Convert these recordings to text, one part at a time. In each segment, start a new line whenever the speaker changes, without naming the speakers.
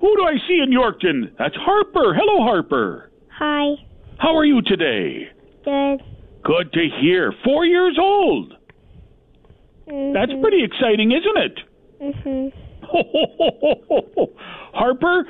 Who do I see in Yorkton? That's Harper. Hello, Harper.
Hi.
How are you today?
Good.
Good to hear. Four years old. That's pretty exciting, isn't it?
Mhm.
Harper,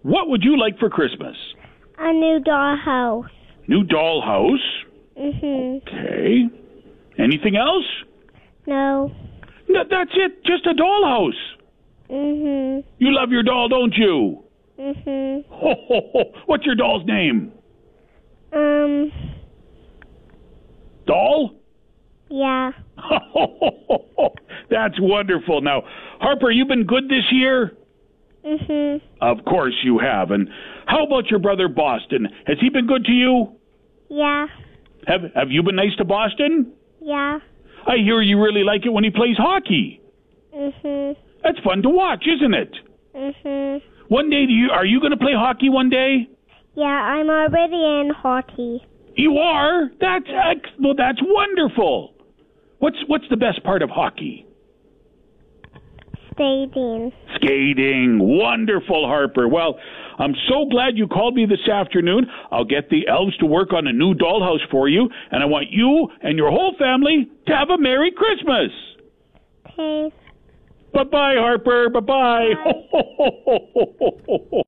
what would you like for Christmas?
A new dollhouse.
New dollhouse.
Mhm.
Okay. Anything else?
No.
No, that's it. Just a dollhouse.
Mhm.
You love your doll, don't you?
Mhm.
What's your doll's name?
Um.
Doll?
Yeah.
That's wonderful. Now, Harper, you've been good this year?
Mhm.
Of course you have. And how about your brother Boston? Has he been good to you?
Yeah.
Have have you been nice to Boston?
Yeah.
I hear you really like it when he plays hockey.
Mhm.
That's fun to watch, isn't it?
Mhm.
One day do you are you going to play hockey one day?
Yeah, I'm already in hockey.
You are. That's ex- well that's wonderful. What's what's the best part of hockey?
Stadium.
Skating. Wonderful, Harper. Well, I'm so glad you called me this afternoon. I'll get the elves to work on a new dollhouse for you, and I want you and your whole family to have a Merry Christmas.
Okay.
Bye bye, Harper. Bye bye.